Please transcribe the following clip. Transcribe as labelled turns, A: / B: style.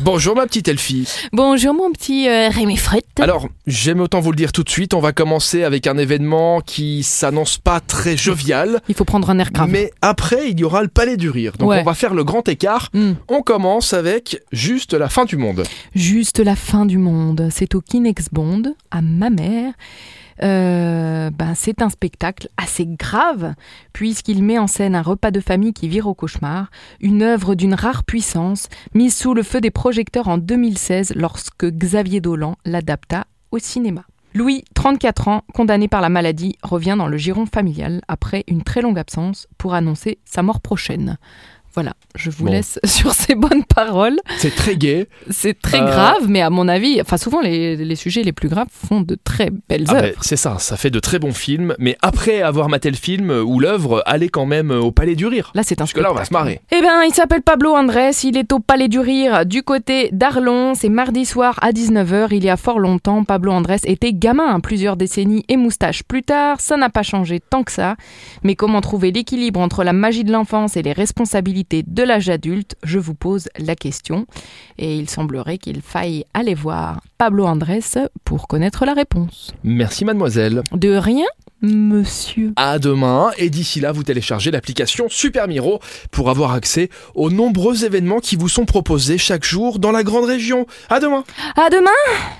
A: Bonjour ma petite Elfie.
B: Bonjour mon petit euh, Rémi Fret.
A: Alors, j'aime autant vous le dire tout de suite, on va commencer avec un événement qui s'annonce pas très jovial,
B: Il faut prendre un air grave.
A: mais après il y aura le palais du rire. Donc
B: Ouais.
A: on va faire le grand écart.
B: Hmm.
A: On commence avec juste la fin du monde.
B: Juste la fin du monde. C'est au Kinex Bond, à ma mère. Euh, ben, c'est un spectacle assez grave, puisqu'il met en scène un repas de famille qui vire au cauchemar, une œuvre d'une rare puissance, mise sous le feu des projecteurs en 2016 lorsque Xavier Dolan l'adapta au cinéma. Louis, 34 ans, condamné par la maladie, revient dans le giron familial après une très longue absence pour annoncer sa mort prochaine. Voilà, je vous
A: Bon.
B: laisse sur ces bonnes paroles.
A: C'est très gai.
B: C'est très
A: Euh,
B: grave, mais à mon avis, enfin souvent les, les sujets les plus graves font de très belles
A: Ah
B: œuvres.
A: ben, c'est ça, ça fait de très bons films, mais après avoir maté le film euh, ou l'œuvre, allez quand même euh, au palais du rire.
B: Là, c'est un
A: Parce que là on va se marrer.
B: Eh ben, il s'appelle Pablo Andrés, il est au Palais du Rire du côté d'Arlon, c'est mardi soir à 19h, il y a fort longtemps, Pablo Andrés était gamin, hein, plusieurs décennies et moustache plus tard, ça n'a pas changé tant que ça, mais comment trouver l'équilibre entre la magie de l'enfance et les responsabilités de l'âge adulte, je vous pose la question, et il semblerait qu'il faille aller voir Pablo Andrés pour connaître la réponse.
A: Merci mademoiselle.
B: De rien, monsieur.
A: À demain et d'ici là, vous téléchargez l'application Super Miro pour avoir accès aux nombreux événements qui vous sont proposés chaque jour dans la grande région. À demain.
B: À Ah, demain